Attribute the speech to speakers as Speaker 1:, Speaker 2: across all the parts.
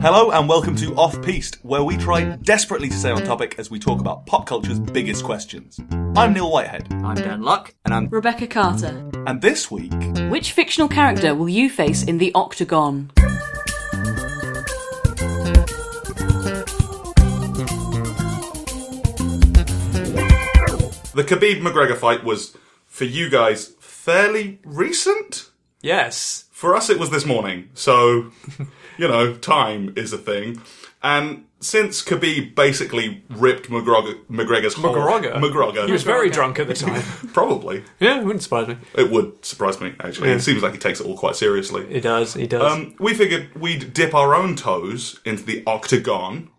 Speaker 1: Hello and welcome to Off Piste, where we try desperately to stay on topic as we talk about pop culture's biggest questions. I'm Neil Whitehead,
Speaker 2: I'm Dan Luck.
Speaker 3: And I'm
Speaker 4: Rebecca Carter.
Speaker 1: and this week,
Speaker 4: Which fictional character will you face in the Octagon?
Speaker 1: the Khabib McGregor fight was, for you guys, fairly recent.
Speaker 2: Yes.
Speaker 1: For us, it was this morning, so, you know, time is a thing. And since Khabib basically ripped McGregor, McGregor's whole-
Speaker 2: McGregor.
Speaker 1: McGregor.
Speaker 2: He was very drunk at the time.
Speaker 1: Probably.
Speaker 2: yeah, it wouldn't surprise me.
Speaker 1: It would surprise me, actually.
Speaker 2: Yeah.
Speaker 1: It seems like he takes it all quite seriously.
Speaker 2: He does, he does.
Speaker 1: Um, we figured we'd dip our own toes into the octagon.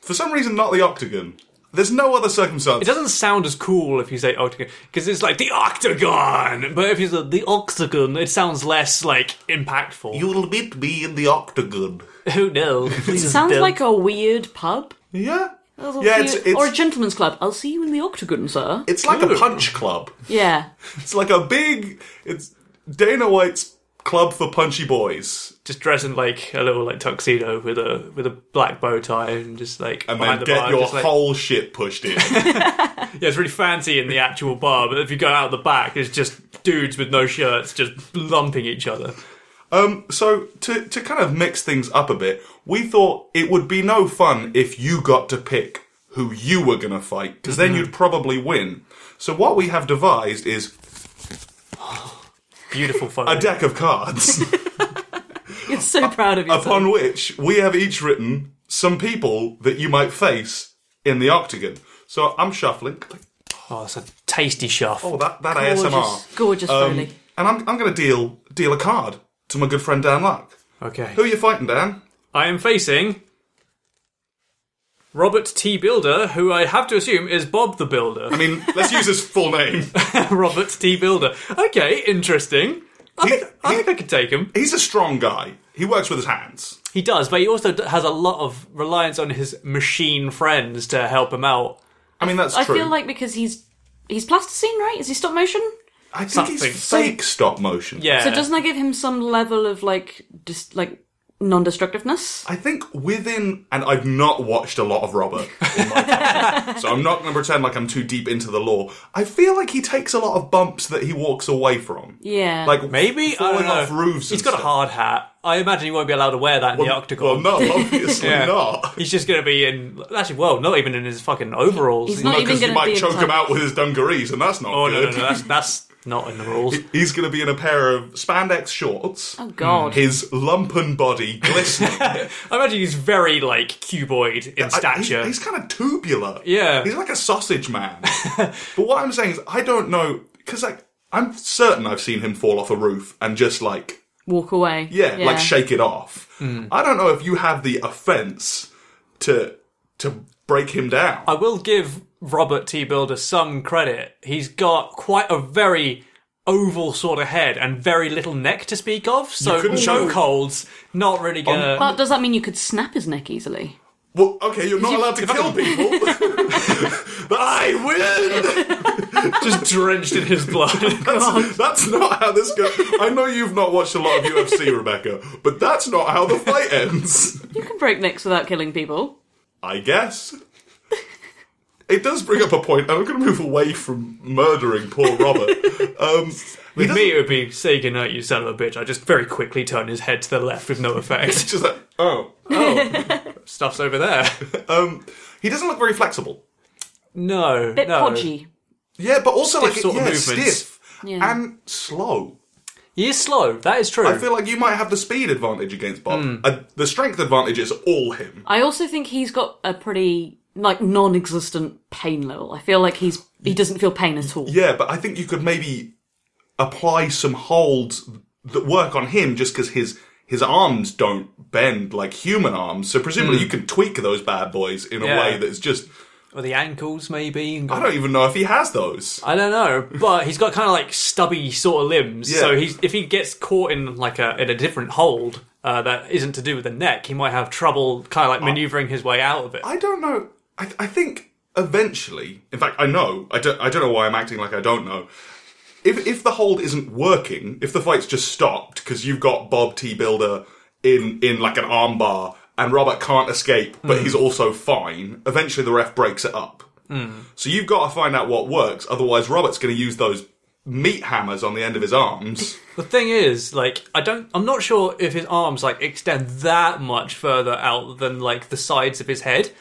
Speaker 1: For some reason, not the octagon. There's no other
Speaker 2: it
Speaker 1: circumstance.
Speaker 2: doesn't sound as cool if you say octagon, because it's like the octagon! But if you say the octagon, it sounds less, like, impactful.
Speaker 1: You'll meet me in the octagon.
Speaker 2: Who knows? Please
Speaker 4: Sounds
Speaker 2: don't.
Speaker 4: like a weird pub.
Speaker 1: Yeah.
Speaker 4: I'll
Speaker 1: Yeah,
Speaker 4: see
Speaker 1: it's,
Speaker 4: you-
Speaker 1: it's,
Speaker 4: or a gentleman's club. I'll see you in the Octagon, sir.
Speaker 1: it's like a punch club.
Speaker 4: yeah.
Speaker 1: It's like a big. It's Dana White's club for punchy boys.
Speaker 2: Just dress in, like, a little, like, tuxedo with a with a black bow tie and just, like,
Speaker 1: And then
Speaker 2: behind the
Speaker 1: get
Speaker 2: bar.
Speaker 1: your
Speaker 2: just, like,
Speaker 1: whole shit pushed in.
Speaker 2: yeah, it's really fancy in the actual bar, but if you go out the back, it's just dudes with no shirts just lumping each other.
Speaker 1: Um, so to to kind of mix things up a bit, we thought it would be no fun if you got to pick who you were going to fight, because
Speaker 2: Mm-hmm.
Speaker 1: then you'd probably win. So what we have devised is
Speaker 2: Beautiful fun.
Speaker 1: a deck of cards,
Speaker 4: You're so proud of yourself.
Speaker 1: upon which we have each written some people that you might face in the octagon. So I'm shuffling.
Speaker 2: Oh, it's a tasty shuffle.
Speaker 1: Oh, that that
Speaker 4: Gorgeous.
Speaker 1: ASMR.
Speaker 4: Gorgeous,
Speaker 1: Um,
Speaker 4: Foley.
Speaker 1: and I'm I'm going to deal deal a card to my good friend Dan Luck.
Speaker 2: Okay.
Speaker 1: Who are you fighting, Dan?
Speaker 2: I am facing Robert T. Builder, who I have to assume is Bob the Builder.
Speaker 1: I mean, let's use his full name.
Speaker 2: Robert T. Builder. Okay, interesting.
Speaker 1: He-
Speaker 2: I, think, I
Speaker 1: he-
Speaker 2: think I could take him.
Speaker 1: He's a strong guy. He works with his hands.
Speaker 2: He does, but he also d- has a lot of reliance on his machine friends to help him out.
Speaker 1: I mean, that's
Speaker 4: I
Speaker 1: true.
Speaker 4: feel like because he's he's plasticine, right? Is he stop motion?
Speaker 1: I think
Speaker 2: something.
Speaker 1: he's fake stop motion.
Speaker 2: Yeah.
Speaker 4: So doesn't that give him some level of like dis- like non-destructiveness?
Speaker 1: I think within, and I've not watched a lot of Robert, in my time, so I'm not going to pretend like I'm too deep into the lore. I feel like he takes a lot of bumps that he walks away from.
Speaker 4: Yeah.
Speaker 1: Like
Speaker 2: Maybe I
Speaker 1: falling
Speaker 2: don't know.
Speaker 1: off roofs.
Speaker 2: He's
Speaker 1: and
Speaker 2: got a
Speaker 1: stuff.
Speaker 2: hard hat. I imagine he won't be allowed to wear that in the
Speaker 1: Well,
Speaker 2: octagon.
Speaker 1: Well, no, obviously
Speaker 2: Yeah.
Speaker 1: not.
Speaker 2: He's just going to be in actually, well, not even in his fucking overalls.
Speaker 4: He's not even
Speaker 1: Because you
Speaker 4: gonna
Speaker 1: might
Speaker 4: be
Speaker 1: choke him
Speaker 4: entitled-
Speaker 1: out with his dungarees, and that's not
Speaker 2: Oh no, no,
Speaker 1: good.
Speaker 2: no, that's that's not in the rules.
Speaker 1: He's going to be in a pair of spandex shorts.
Speaker 4: oh God.
Speaker 1: His lumpen body glistening.
Speaker 2: I imagine he's very like cuboid in
Speaker 1: I-
Speaker 2: stature.
Speaker 1: he's, he's kind of tubular.
Speaker 2: Yeah.
Speaker 1: He's like a sausage man. but what I'm saying is, I don't know because like I'm certain I've seen him fall off a roof and just like
Speaker 4: Walk away.
Speaker 1: yeah, like shake it off.
Speaker 2: Hmm.
Speaker 1: I don't know if you have the offense to to break him down.
Speaker 2: I will give Robert T. Builder some credit. He's got quite a very oval sort of head and very little neck to speak of. So
Speaker 1: couldn't show-
Speaker 2: chokeholds not really gonna.
Speaker 4: But does that mean you could snap his neck easily?
Speaker 1: well, okay, you're not allowed to kill people. but I win.
Speaker 2: just drenched in his blood.
Speaker 1: That's, that's not how this goes. I know you've not watched a lot of UFC, Rebecca, but that's not how the fight ends.
Speaker 4: You can break necks without killing people.
Speaker 1: I guess. It does bring up a point, and I'm going to move away from murdering poor Robert. Um, he
Speaker 2: With
Speaker 1: doesn't-
Speaker 2: me, it would be say goodnight, you son of a bitch. I just very quickly turn his head to the left with no effect.
Speaker 1: just like, oh, oh.
Speaker 2: Stuff's over there.
Speaker 1: um, he doesn't look very flexible.
Speaker 2: No,
Speaker 4: Bit
Speaker 2: no.
Speaker 4: podgy.
Speaker 1: Yeah, but also
Speaker 2: Stiff
Speaker 1: like
Speaker 2: sort of
Speaker 1: yeah,
Speaker 2: movements.
Speaker 1: stiff
Speaker 4: Yeah.
Speaker 1: and slow.
Speaker 2: He is slow. That is true.
Speaker 1: I feel like you might have the speed advantage against Bob.
Speaker 2: Hmm.
Speaker 1: Uh, the strength advantage is all him.
Speaker 4: I also think he's got a pretty like non-existent pain level. I feel like he's he doesn't feel pain at all.
Speaker 1: Yeah, but I think you could maybe apply some holds that work on him just because his his arms don't bend like human arms. So presumably you can tweak those bad boys in a
Speaker 2: Hmm. Yeah.
Speaker 1: way that's just
Speaker 2: or the ankles, maybe.
Speaker 1: I don't even know if he has those.
Speaker 2: I don't know, but he's got kind of like stubby sort of limbs.
Speaker 1: Yeah.
Speaker 2: So he's if he gets caught in like a in a different hold uh, that isn't to do with the neck, he might have trouble kind of like maneuvering his way out of it.
Speaker 1: I don't know. I, I think eventually, in fact, I know. I don't. I don't know why I'm acting like I don't know. If if the hold isn't working, if the fight's just stopped because you've got Bob T Builder in in like an armbar, and Robert can't escape, but he's also fine. Eventually, the ref breaks it up. So you've got to find out what works. Otherwise, Robert's going to use those meat hammers on the end of his arms.
Speaker 2: The thing is, like, I don't, I'm not sure if his arms like extend that much further out than like the sides of his head.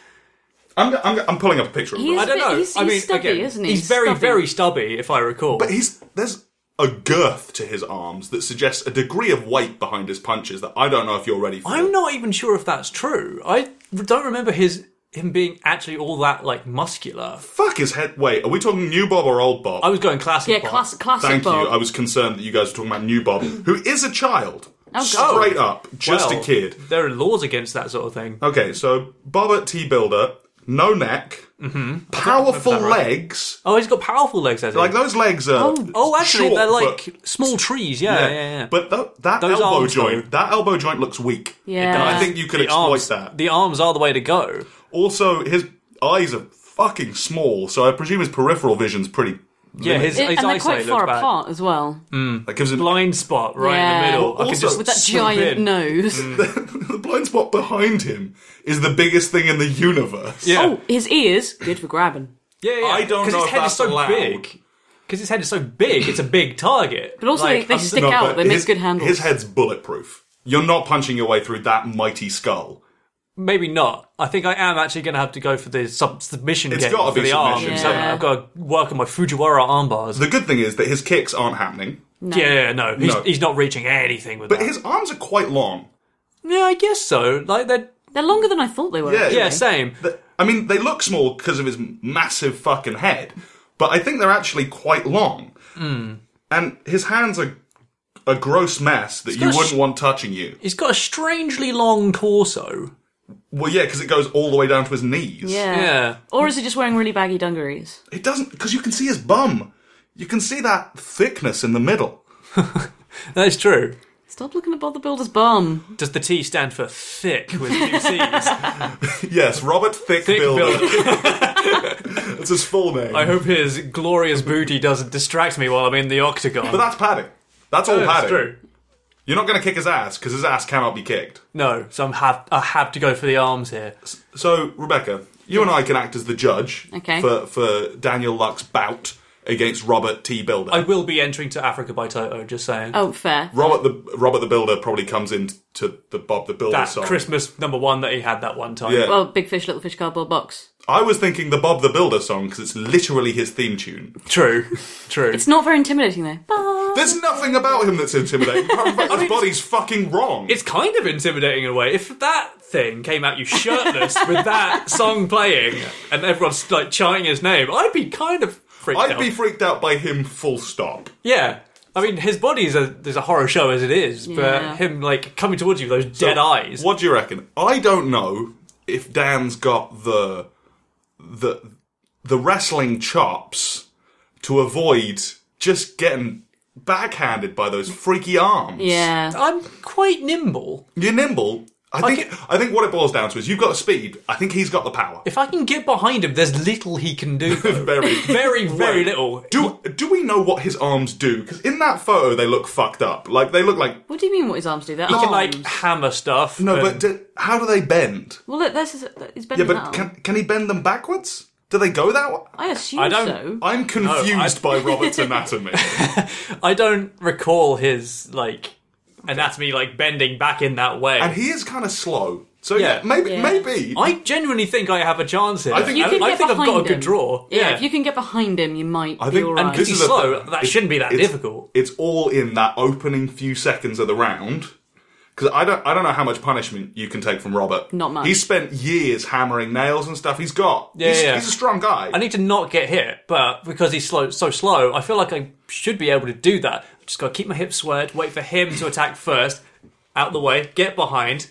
Speaker 1: I'm I'm, I'm pulling up a picture of
Speaker 4: He's
Speaker 1: Robert.
Speaker 2: I don't
Speaker 4: But
Speaker 2: know.
Speaker 4: he's-
Speaker 2: I
Speaker 4: he's
Speaker 2: mean,
Speaker 4: stubby,
Speaker 2: again,
Speaker 4: isn't he?
Speaker 2: He's
Speaker 4: He's
Speaker 2: very,
Speaker 4: stubby.
Speaker 2: very stubby, if I recall.
Speaker 1: But he's there's a girth to his arms that suggests a degree of weight behind his punches that I don't know if you're ready for.
Speaker 2: I'm not even sure if that's true. I don't remember his him being actually all that like muscular.
Speaker 1: Fuck his head. Wait, are we talking new Bob or old Bob?
Speaker 2: I was going classic.
Speaker 4: Yeah,
Speaker 2: Bob.
Speaker 4: class, classic
Speaker 1: Thank
Speaker 4: Bob.
Speaker 1: you. I was concerned that you guys were talking about new Bob, who is a child.
Speaker 4: God.
Speaker 1: Straight up, just
Speaker 2: Oh, Well,
Speaker 1: a kid.
Speaker 2: There are laws against that sort of thing.
Speaker 1: Okay, so Bob at T Builder, no neck,
Speaker 2: Mm-hmm.
Speaker 1: powerful legs.
Speaker 2: Oh, he's got powerful legs. Has he?
Speaker 1: Like those legs are.
Speaker 2: oh, actually,
Speaker 1: short,
Speaker 2: they're like
Speaker 1: but-
Speaker 2: small trees. Yeah, yeah, yeah.
Speaker 1: But tho- that
Speaker 2: Those
Speaker 1: elbow
Speaker 2: arms,
Speaker 1: joint,
Speaker 2: though.
Speaker 1: that elbow joint looks weak.
Speaker 4: Yeah.
Speaker 1: and I think you could
Speaker 2: the
Speaker 1: exploit
Speaker 2: arms,
Speaker 1: that.
Speaker 2: The arms are the way to go.
Speaker 1: Also, his eyes are fucking small, so I presume his peripheral vision's pretty.
Speaker 2: Yeah, his, his
Speaker 4: It- and they're
Speaker 2: eyesight
Speaker 4: quite far
Speaker 2: looked bad.
Speaker 4: apart as well.
Speaker 1: That gives him
Speaker 2: Blind spot right in the
Speaker 4: Yeah.
Speaker 2: middle. I can
Speaker 1: Also-
Speaker 2: just
Speaker 1: With
Speaker 4: That
Speaker 2: swoop
Speaker 4: giant
Speaker 2: in.
Speaker 4: nose.
Speaker 1: Mm. the blind spot behind him is the biggest thing in the universe.
Speaker 2: Yeah.
Speaker 4: Oh, his ears. Good for grabbing.
Speaker 2: yeah, yeah.
Speaker 1: I don't
Speaker 2: 'Cause
Speaker 1: know
Speaker 2: his
Speaker 1: if
Speaker 2: head
Speaker 1: that's
Speaker 2: is so
Speaker 1: allowed.
Speaker 2: big. Because his head is so big, it's a big target.
Speaker 4: But also,
Speaker 2: Like,
Speaker 4: they,
Speaker 2: I'm-
Speaker 4: they stick
Speaker 1: No,
Speaker 4: out.
Speaker 1: but
Speaker 4: They make
Speaker 1: his-
Speaker 4: good handles.
Speaker 1: His head's bulletproof. You're not punching your way through that mighty skull.
Speaker 2: maybe not. I think I am actually going to have to go for the sub- submission
Speaker 1: It's
Speaker 2: game
Speaker 1: gotta
Speaker 2: for
Speaker 1: be
Speaker 2: the arm.
Speaker 1: submission,
Speaker 2: So
Speaker 4: yeah.
Speaker 2: I've got to work on my Fujiwara armbars.
Speaker 1: The good thing is that his kicks aren't happening,
Speaker 2: Yeah, yeah, no, he's,
Speaker 1: No.
Speaker 2: he's not reaching anything with
Speaker 1: but
Speaker 2: that.
Speaker 1: his arms are quite long.
Speaker 2: yeah, I guess so. Like they're
Speaker 4: They're longer than I thought they were.
Speaker 1: Yeah.
Speaker 4: actually.
Speaker 2: yeah, same.
Speaker 1: Th- I mean, they look small because of his massive fucking head, but I think they're actually quite long.
Speaker 2: Hmm.
Speaker 1: And his hands are a gross mess that you
Speaker 2: got a
Speaker 1: wouldn't
Speaker 2: sh-
Speaker 1: want touching you.
Speaker 2: He's got a strangely long torso.
Speaker 1: Well, yeah, because it goes all the way down to his knees.
Speaker 4: yeah.
Speaker 2: Yeah.
Speaker 4: Or is he just wearing really baggy dungarees?
Speaker 1: It doesn't, because you can see his bum. You can see that thickness in the middle.
Speaker 2: That's true.
Speaker 4: Stop looking at Bob the Builder's bum.
Speaker 2: Does the T stand for thick with two C's?
Speaker 1: Yes, Robert Thick,
Speaker 2: Thick
Speaker 1: Builder.
Speaker 2: builder.
Speaker 1: That's his full name.
Speaker 2: I hope his glorious booty doesn't distract me while I'm in the octagon.
Speaker 1: but that's padding. That's all
Speaker 2: Oh, That's
Speaker 1: padding.
Speaker 2: true.
Speaker 1: You're not going to kick his ass because his ass cannot be kicked.
Speaker 2: No, so I'm have I have to go for the arms here.
Speaker 1: So, Rebecca, you and I can act as the judge
Speaker 4: Okay.
Speaker 1: for, for Daniel Luck's bout against Robert T. Builder.
Speaker 2: I will be entering to Africa by Toto. Just saying.
Speaker 4: Oh, fair.
Speaker 1: Robert the Robert the Builder probably comes in to the Bob the Builder
Speaker 2: that
Speaker 1: song.
Speaker 2: Christmas number one that he had that one time.
Speaker 1: Yeah.
Speaker 4: Well, big fish, little fish, cardboard box.
Speaker 1: I was thinking the Bob the Builder song because it's literally his theme tune.
Speaker 2: True, true.
Speaker 4: It's not very intimidating though. Bah.
Speaker 1: There's nothing about him that's intimidating. In fact, his body's fucking wrong.
Speaker 2: It's kind of intimidating in a way. If that thing came at you shirtless with that song playing and everyone's like chiming his name, I'd be kind of freaked
Speaker 1: I'd
Speaker 2: out.
Speaker 1: be freaked out by him full stop.
Speaker 2: Yeah. I mean, his body is a, there's a horror show as it is,
Speaker 4: Yeah.
Speaker 2: but him like coming towards you with those dead
Speaker 1: So,
Speaker 2: eyes.
Speaker 1: What do you reckon? I don't know if Dan's got the the the wrestling chops to avoid just getting backhanded by those freaky arms.
Speaker 4: Yeah.
Speaker 2: I'm quite nimble.
Speaker 1: You're nimble. I think
Speaker 2: can-
Speaker 1: I think what it boils down to is you've got the speed. I think he's got the power.
Speaker 2: If I can get behind him, there's little he can do. though.
Speaker 1: Very
Speaker 2: very, very
Speaker 1: Wait,
Speaker 2: little.
Speaker 1: Do do we know what his arms do? Because in that photo they look fucked up. Like they look like
Speaker 4: What do you mean? What his arms do? They're
Speaker 2: He can
Speaker 4: arms.
Speaker 2: like hammer stuff.
Speaker 1: no.
Speaker 2: and-
Speaker 1: But do, how do they bend?
Speaker 4: well, look, this is he's
Speaker 1: Yeah,
Speaker 4: bending that
Speaker 1: but
Speaker 4: arm.
Speaker 1: can can he bend them backwards? Do they go that way?
Speaker 4: I assume
Speaker 2: I don't-
Speaker 4: so.
Speaker 1: I'm confused by Robert's anatomy.
Speaker 2: I don't recall his like anatomy like bending back in that way.
Speaker 1: and he is kind of slow. So
Speaker 2: Yeah.
Speaker 1: yeah, maybe
Speaker 4: Yeah.
Speaker 1: maybe
Speaker 2: I genuinely think I have a chance here.
Speaker 1: I think-
Speaker 4: you
Speaker 1: I-
Speaker 4: can
Speaker 2: I
Speaker 4: get
Speaker 2: think I've
Speaker 4: behind
Speaker 2: got a good
Speaker 4: him.
Speaker 2: draw.
Speaker 4: Yeah,
Speaker 2: Yeah.
Speaker 4: if you can get behind him, you might
Speaker 1: I
Speaker 4: be
Speaker 1: think-
Speaker 4: alright.
Speaker 2: and because he's
Speaker 1: the
Speaker 2: slow,
Speaker 1: thing.
Speaker 2: that shouldn't be that
Speaker 1: it's-
Speaker 2: difficult.
Speaker 1: It's all in that opening few seconds of the round. Because I don't, I don't know how much punishment you can take from Robert.
Speaker 4: Not much.
Speaker 1: He spent years hammering nails and stuff. He's got.
Speaker 2: Yeah,
Speaker 1: he's,
Speaker 2: yeah.
Speaker 1: he's a strong guy.
Speaker 2: I need to not get hit, but because he's slow, so slow, I feel like I should be able to do that. Just gotta keep my hips squared, wait for him to attack first, out the way, get behind.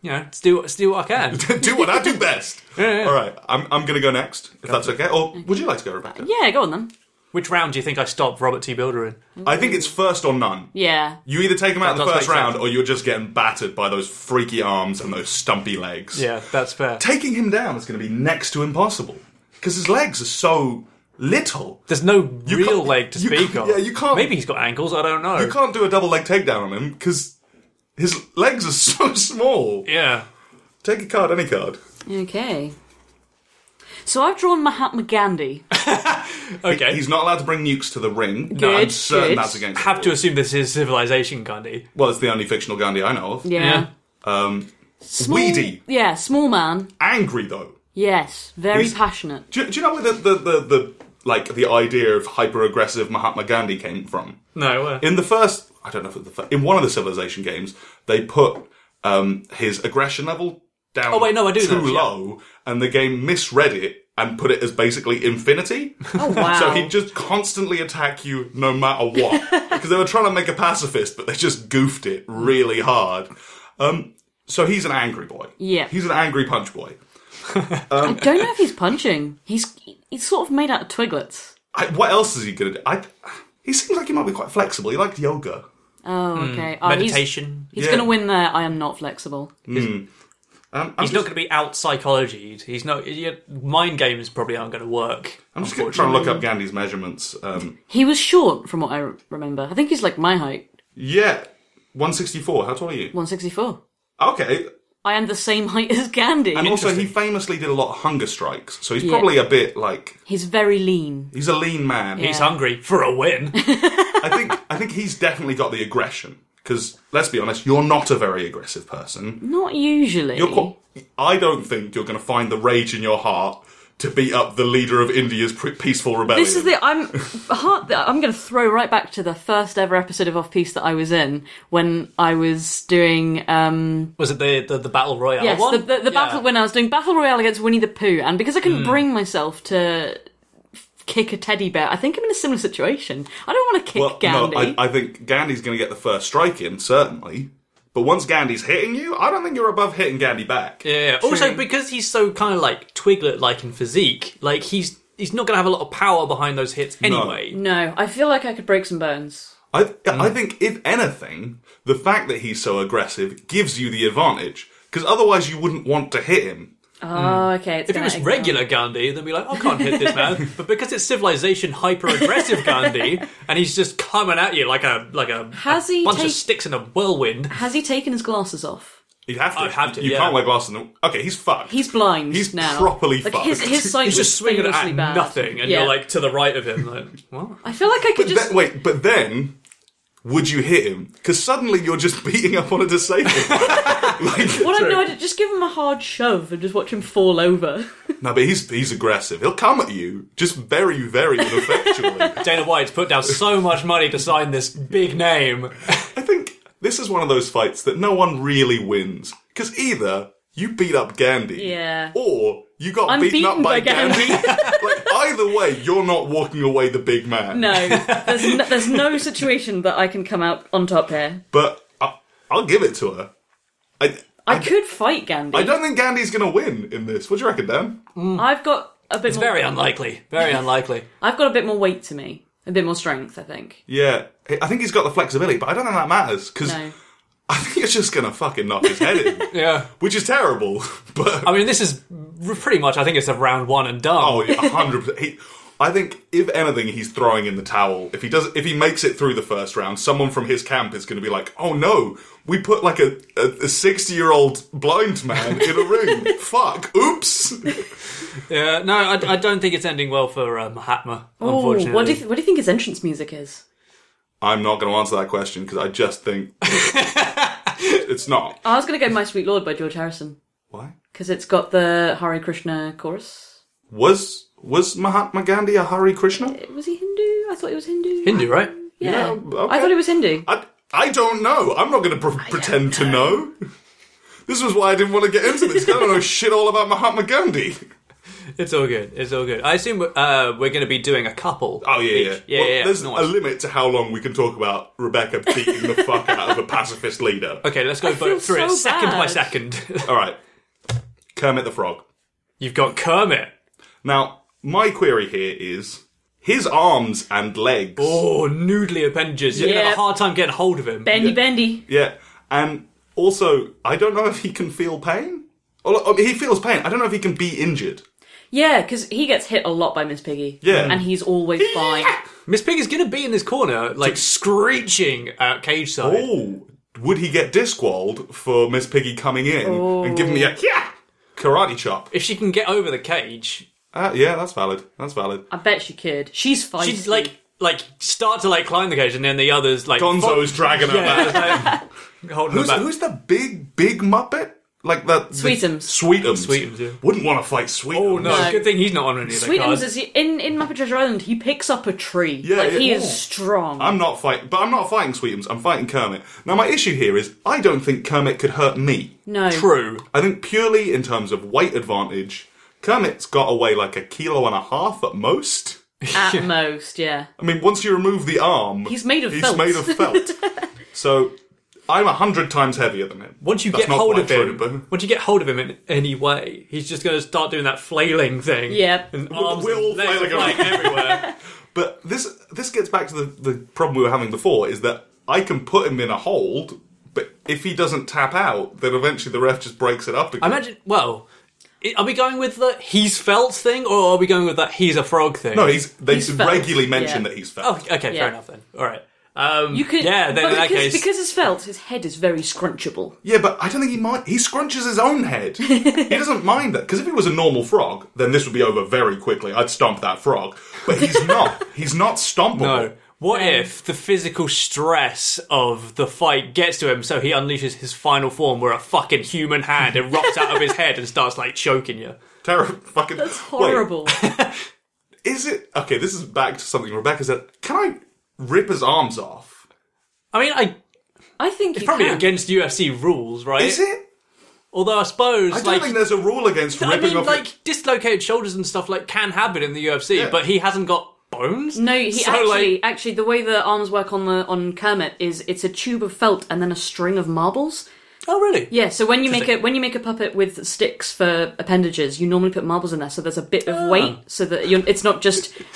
Speaker 2: You know, let's do let's do what I can.
Speaker 1: do what I do best.
Speaker 2: yeah.
Speaker 1: All right, I'm, I'm going to go next, if that's okay. Or would you like to go, Rebecca?
Speaker 4: yeah, go on then.
Speaker 2: Which round do you think I stopped Robert T. Builder in?
Speaker 1: I think it's first or none.
Speaker 4: Yeah.
Speaker 1: You either take him out
Speaker 2: That
Speaker 1: in the
Speaker 2: does
Speaker 1: first
Speaker 2: make sense.
Speaker 1: round, or you're just getting battered by those freaky arms and those stumpy legs.
Speaker 2: Yeah, that's fair.
Speaker 1: taking him down is going to be next to impossible because his legs are so little.
Speaker 2: There's no real
Speaker 1: can't-
Speaker 2: leg to
Speaker 1: you
Speaker 2: speak
Speaker 1: can't-
Speaker 2: of.
Speaker 1: yeah, you can't-
Speaker 2: Maybe he's got ankles. I don't know.
Speaker 1: You can't do a double leg takedown on him because His legs are so small.
Speaker 2: Yeah.
Speaker 1: Take a card, any card.
Speaker 4: Okay. So I've drawn Mahatma Gandhi.
Speaker 2: Okay.
Speaker 1: He's not allowed to bring nukes to the ring.
Speaker 4: Good,
Speaker 1: I'm certain
Speaker 4: good.
Speaker 1: that's against.
Speaker 2: Have to assume this is civilization, Gandhi.
Speaker 1: Well, it's the only fictional Gandhi I know of.
Speaker 4: Yeah.
Speaker 2: Yeah.
Speaker 4: Small,
Speaker 1: Um, Weedy.
Speaker 4: Yeah, small man.
Speaker 1: Angry though.
Speaker 4: Yes, very
Speaker 1: He's-
Speaker 4: passionate.
Speaker 1: Do, do you know where the, the, the, the like the idea of hyper aggressive Mahatma Gandhi came from?
Speaker 2: No. Uh,
Speaker 1: In the first, I don't know if it was the first, in one of the Civilization games, they put um, his aggression level down.
Speaker 2: Oh, wait, no, I do
Speaker 1: too
Speaker 2: know, yeah.
Speaker 1: low, and the game misread it and put it as basically infinity.
Speaker 4: Oh wow.
Speaker 1: So he'd just constantly attack you no matter what. Because they were trying to make a pacifist, but they just goofed it really hard. Um, so he's an angry boy.
Speaker 4: Yeah.
Speaker 1: He's an angry punch boy.
Speaker 4: I don't know if he's punching. He's he's sort of made out of twiglets.
Speaker 1: I, what else is he going to do? I, he seems like he might be quite flexible. He liked yoga.
Speaker 4: Oh, okay. Oh, he's-
Speaker 2: Hmm. meditation.
Speaker 4: He's,
Speaker 1: Yeah.
Speaker 4: gonna win there. I am not flexible.
Speaker 1: Um, I'm
Speaker 2: He's
Speaker 1: just,
Speaker 2: not going to be out psychology. He's not. yeah, Mind games probably aren't going to work.
Speaker 1: I'm just gonna- trying to look up Gandhi's measurements. Um,
Speaker 4: He was short, from what I re- remember. I think he's like my height,
Speaker 1: yeah. 164. How tall are you?
Speaker 4: one sixty four.
Speaker 1: Okay.
Speaker 4: I am the same height as Gandhi.
Speaker 1: And also, he
Speaker 2: Interesting.
Speaker 1: famously did a lot of hunger strikes. So he's
Speaker 4: Yeah.
Speaker 1: probably a bit like,
Speaker 4: He's very lean.
Speaker 1: he's a lean man.
Speaker 2: He's hungry for a win.
Speaker 1: I think I think he's definitely got the aggression because let's be honest, you're not a very aggressive person.
Speaker 4: Not usually.
Speaker 1: You're quite, I don't think you're going to find the rage in your heart to beat up the leader of India's pr- peaceful rebellion.
Speaker 4: This is the I'm heart. I'm going to throw right back to the first ever episode of Off Piece that I was in when I was doing um
Speaker 2: Was it the the, the battle royale
Speaker 4: yes
Speaker 2: one?
Speaker 4: the, the, the battle when I was doing battle royale against Winnie the Pooh and because I couldn't
Speaker 2: Mm.
Speaker 4: bring myself to f- kick a teddy bear I think I'm in a similar situation I don't want to kick
Speaker 1: well,
Speaker 4: Gandhi
Speaker 1: no, I, I think Gandhi's going to get the first strike in certainly, but once Gandhi's hitting you, I don't think you're above hitting Gandhi back.
Speaker 2: Yeah. yeah. Also, because he's so kind of like twiglet-like in physique, like he's he's not going to have a lot of power behind those hits anyway.
Speaker 4: no I feel like I could break some bones
Speaker 1: I I
Speaker 2: Mm.
Speaker 1: think if anything, the fact that he's so aggressive gives you the advantage because otherwise you wouldn't want to hit him.
Speaker 4: oh okay
Speaker 2: Mm.
Speaker 4: it's
Speaker 2: If it was regular Gandhi, then be like, I can't hit this man. but because it's civilization hyper-aggressive Gandhi, and he's just coming at you like a like a,
Speaker 4: Has
Speaker 2: a
Speaker 4: he
Speaker 2: bunch
Speaker 4: take-
Speaker 2: of sticks in a whirlwind.
Speaker 4: has he taken his glasses off
Speaker 1: You'd have to.
Speaker 2: I'd have to,
Speaker 1: You
Speaker 2: yeah.
Speaker 1: can't wear glasses. In the... Okay, he's fucked.
Speaker 4: he's blind
Speaker 1: He's
Speaker 4: now
Speaker 1: properly
Speaker 4: like
Speaker 1: fucked.
Speaker 4: his, his sight
Speaker 2: He's
Speaker 4: was
Speaker 2: just swinging at
Speaker 4: famously bad.
Speaker 2: nothing, and
Speaker 4: Yeah.
Speaker 2: you're like to the right of him. Like, what?
Speaker 4: I feel like I could
Speaker 1: But
Speaker 4: just
Speaker 1: then- wait, but then would you hit him? Because suddenly you're just beating up on a disabled. man. like,
Speaker 4: What I know, I'd just give him a hard shove and just watch him fall over.
Speaker 1: no, but he's he's aggressive. He'll come at you just very, very ineffectually.
Speaker 2: Dana White's put down so much money to sign this big name.
Speaker 1: I think this is one of those fights that no one really wins because either you beat up Gandhi,
Speaker 4: Yeah.
Speaker 1: or you got
Speaker 4: I'm
Speaker 1: beaten up
Speaker 4: beaten
Speaker 1: by,
Speaker 4: by Gandhi.
Speaker 1: Gandhi. like either way, you're not walking away the big man.
Speaker 4: No, there's no, there's no situation that I can come out on top here.
Speaker 1: but I, I'll give it to her. I
Speaker 4: I could fight Gandhi.
Speaker 1: I don't think Gandhi's gonna win in this. What do you reckon, Dan?
Speaker 4: I've got a bit more.
Speaker 2: Very unlikely. Very unlikely.
Speaker 4: I've got a bit more weight to me, a bit more strength. I think.
Speaker 1: Yeah, I think he's got the flexibility, but I don't think that matters because
Speaker 4: No.
Speaker 1: I think you're just gonna fucking knock his head in,
Speaker 2: Yeah.
Speaker 1: which is terrible. But
Speaker 2: I mean, this is r- pretty much. I think it's a round one and done.
Speaker 1: oh, a hundred percent. He- I think if anything, he's throwing in the towel. If he does, if he makes it through the first round, someone from his camp is gonna be like, "Oh no, we put like a a sixty-year-old blind man in a room. Fuck, oops."
Speaker 2: Yeah, no, I, I don't think it's ending well for uh, Mahatma.
Speaker 4: Oh,
Speaker 2: unfortunately,
Speaker 4: what do you, th- what do you think his entrance music is?
Speaker 1: I'm not gonna answer that question because I just think it's not.
Speaker 4: I was going to go "My Sweet Lord" by George Harrison
Speaker 1: Why
Speaker 4: because it's got the Hare Krishna chorus.
Speaker 1: was was Mahatma Gandhi a Hare Krishna?
Speaker 4: Was he Hindu? I thought he was Hindu.
Speaker 2: Hindu, right?
Speaker 4: Yeah,
Speaker 1: Yeah, okay.
Speaker 4: I thought he was Hindu.
Speaker 1: I, I don't know. I'm not going to pr- pretend to know. This was why I didn't want to get into this. 'cause I don't know shit all about Mahatma Gandhi.
Speaker 2: It's all good. It's all good. I assume uh, we're going to be doing a couple.
Speaker 1: Oh yeah, yeah.
Speaker 2: each. yeah,
Speaker 1: Well,
Speaker 2: yeah, yeah.
Speaker 1: There's
Speaker 2: Nice.
Speaker 1: a limit to how long we can talk about Rebecca beating the fuck out of a pacifist leader.
Speaker 2: Okay, let's go
Speaker 4: I
Speaker 2: vote
Speaker 4: feel
Speaker 2: through it
Speaker 4: so
Speaker 2: second by
Speaker 4: bad.
Speaker 2: second.
Speaker 1: All right, Kermit the Frog.
Speaker 2: You've got Kermit.
Speaker 1: Now, my query here is his arms and legs.
Speaker 2: Oh, noodly appendages. You're going to
Speaker 4: Yeah.
Speaker 2: have a hard time getting hold of him.
Speaker 4: Bendy, bendy.
Speaker 1: Yeah, and also I don't know if he can feel pain. Or, I mean, he feels pain. I don't know if he can be injured.
Speaker 4: Yeah, because he gets hit a lot by Miss Piggy.
Speaker 1: Yeah.
Speaker 4: and he's always fine.
Speaker 2: Miss Pig is going to be in this corner, like screeching at cage side.
Speaker 1: Oh, would he get disqualled for Miss Piggy coming in and giving me a
Speaker 2: Oh.
Speaker 1: yeah karate chop?
Speaker 2: If she can get over the cage,
Speaker 1: Ah, yeah, that's valid. That's valid.
Speaker 4: I bet she could. She's feisty.
Speaker 2: she's like like start to like climb the cage, and then the others like
Speaker 1: Gonzo's dragging her back.
Speaker 2: yeah, like, holding
Speaker 1: Who's,
Speaker 2: her back.
Speaker 1: who's the big big Muppet? Like that
Speaker 4: Sweetums.
Speaker 1: Sweetums.
Speaker 2: Sweetums, yeah.
Speaker 1: Wouldn't want to fight Sweetums.
Speaker 2: Oh no!
Speaker 4: No.
Speaker 2: Good thing he's not on any of the
Speaker 4: Sweetums
Speaker 2: cards.
Speaker 4: is in in Muppet Treasure Island. He picks up a tree.
Speaker 1: Yeah,
Speaker 4: like
Speaker 1: yeah.
Speaker 4: he
Speaker 1: Ooh.
Speaker 4: is strong.
Speaker 1: I'm not fighting, but I'm not fighting Sweetums. I'm fighting Kermit. Now my issue here is I don't think Kermit could hurt me.
Speaker 4: no,
Speaker 2: True.
Speaker 1: I think purely in terms of weight advantage, Kermit's got away like a kilo and a half at most.
Speaker 4: at most, yeah.
Speaker 1: I mean, once you remove the arm,
Speaker 4: He's made of
Speaker 1: he's
Speaker 4: felt.
Speaker 1: made of felt. so I'm a hundred times heavier than him.
Speaker 2: Once you
Speaker 1: That's
Speaker 2: get
Speaker 1: not
Speaker 2: hold
Speaker 1: quite
Speaker 2: of
Speaker 1: true,
Speaker 2: him,
Speaker 1: but-
Speaker 2: once you get hold of him in any way, he's just going to start doing that flailing thing.
Speaker 4: Yep.
Speaker 2: and arms
Speaker 1: we're all
Speaker 2: and legs
Speaker 1: flailing
Speaker 2: flying
Speaker 1: around.
Speaker 2: everywhere.
Speaker 1: But this this gets back to the, the problem we were having before is that I can put him in a hold, but if he doesn't tap out, then eventually the ref just breaks it up again.
Speaker 2: I imagine. Well, i- are we going with the he's felt thing, or are we going with that he's a frog thing?
Speaker 1: no, he's they
Speaker 4: He's felt,
Speaker 1: regularly mention
Speaker 4: yeah.
Speaker 1: that he's
Speaker 2: Oh,
Speaker 1: felt.
Speaker 2: okay,
Speaker 4: Yeah.
Speaker 2: fair enough then. All right. Um,
Speaker 4: You could,
Speaker 2: yeah. Then
Speaker 4: but
Speaker 2: in that
Speaker 4: because,
Speaker 2: case,
Speaker 4: because it's felt, his head is very scrunchable.
Speaker 1: Yeah, but I don't think he mind. He scrunches his own head. he doesn't mind that because if he was a normal frog, then this would be over very quickly. I'd stomp that frog, but he's not. he's not stompable.
Speaker 2: no. What
Speaker 4: Um,
Speaker 2: if the physical stress of the fight gets to him, so he unleashes his final form, where a fucking human hand erupts out of his head and starts like choking you?
Speaker 1: Terror fucking. That's
Speaker 4: Horrible.
Speaker 1: is it okay? This is back to something Rebecca said. Can I rip his arms off?
Speaker 2: I mean, I
Speaker 4: I think you
Speaker 2: probably
Speaker 4: can.
Speaker 2: against UFC rules, right?
Speaker 1: Is it?
Speaker 2: Although I suppose
Speaker 1: I don't
Speaker 2: like
Speaker 1: think there's a rule against
Speaker 2: I
Speaker 1: ripping
Speaker 2: mean,
Speaker 1: off.
Speaker 2: like dislocated shoulders and stuff like can happen in the UFC,
Speaker 1: Yeah.
Speaker 2: but he hasn't got bones.
Speaker 4: No, he
Speaker 2: So,
Speaker 4: actually,
Speaker 2: like,
Speaker 4: actually, the way the arms work on the on Kermit is it's a tube of felt and then a string of marbles.
Speaker 2: oh really?
Speaker 4: Yeah, so when you make a
Speaker 2: Interesting.
Speaker 4: when you make a puppet with sticks for appendages, you normally put marbles in there, so there's a bit
Speaker 2: Ah.
Speaker 4: of weight, so that you're, it's not just
Speaker 2: Neil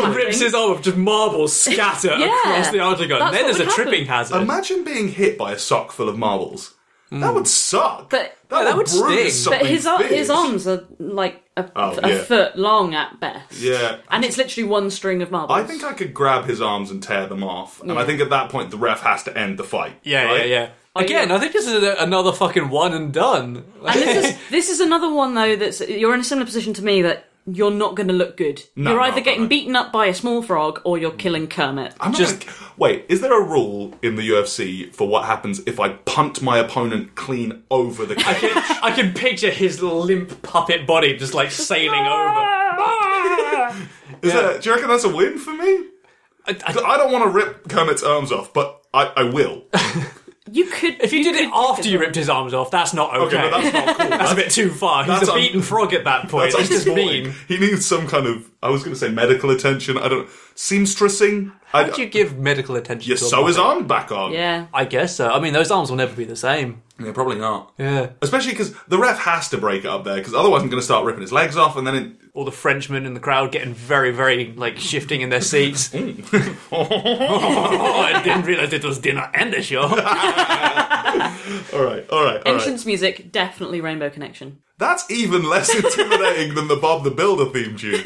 Speaker 1: Actually,
Speaker 2: rips his arm off, just marbles scatter
Speaker 4: Yeah.
Speaker 2: across the octagon.
Speaker 4: That's
Speaker 2: Then
Speaker 4: what
Speaker 2: there's a
Speaker 4: would happen.
Speaker 2: tripping hazard.
Speaker 1: imagine being hit by a sock full of marbles. That would suck.
Speaker 4: But-
Speaker 1: that,
Speaker 2: that
Speaker 1: would bruise
Speaker 2: would sting.
Speaker 1: something.
Speaker 4: But his ar- his
Speaker 1: fierce.
Speaker 4: arms are like a,
Speaker 1: Oh,
Speaker 4: a
Speaker 1: yeah.
Speaker 4: foot long at best.
Speaker 1: Yeah.
Speaker 4: and it's literally one string of marbles.
Speaker 1: I think I could grab his arms and tear them off, and I
Speaker 4: Yeah.
Speaker 1: think at that point the ref has to end the fight.
Speaker 2: yeah,
Speaker 1: right?
Speaker 2: yeah, yeah. Again,
Speaker 4: yeah.
Speaker 2: I think this is a, another fucking one and done. Like,
Speaker 4: and this is this is another one though that's you're in a similar position to me that you're not going to look good. you're
Speaker 1: no,
Speaker 4: either getting
Speaker 1: no.
Speaker 4: beaten up by a small frog or you're killing Kermit.
Speaker 1: I'm not
Speaker 2: Just-
Speaker 1: gonna- wait. Is there a rule in the UFC for what happens if I punt my opponent clean over the cage?
Speaker 2: I can picture his limp puppet body just like "Ah!" sailing over.
Speaker 1: Is that, do you reckon that's a win for me?
Speaker 2: I- I-
Speaker 1: I don't want to rip Kermit's arms off, but I, I will. Okay,
Speaker 4: You could
Speaker 2: if you, did it
Speaker 4: could-
Speaker 2: after you ripped his arms off, that's not okay.
Speaker 1: but that's not cool.
Speaker 2: That's a bit too far. He's
Speaker 1: that's
Speaker 2: a
Speaker 1: un-
Speaker 2: beaten frog at that point.
Speaker 1: That's
Speaker 2: That's just
Speaker 1: unsporting.
Speaker 2: mean.
Speaker 1: He needs some kind of I was going to say medical attention. I don't seamstressing. I,
Speaker 2: How do you give medical attention?
Speaker 1: you
Speaker 2: to a
Speaker 1: sew his
Speaker 2: puppet?
Speaker 1: arm back on.
Speaker 4: yeah.
Speaker 2: I guess so. I mean, those arms will never be the same.
Speaker 1: yeah probably not.
Speaker 2: Yeah.
Speaker 1: Especially because the ref has to break it up there, because otherwise I'm going to start ripping his legs off, and then it,
Speaker 2: All the Frenchmen in the crowd getting very, very like shifting in their seats. oh, I didn't realize it was dinner and a show.
Speaker 1: all right, all right, all right.
Speaker 4: Entrance music definitely Rainbow Connection.
Speaker 1: That's even less intimidating than the Bob the Builder theme tune.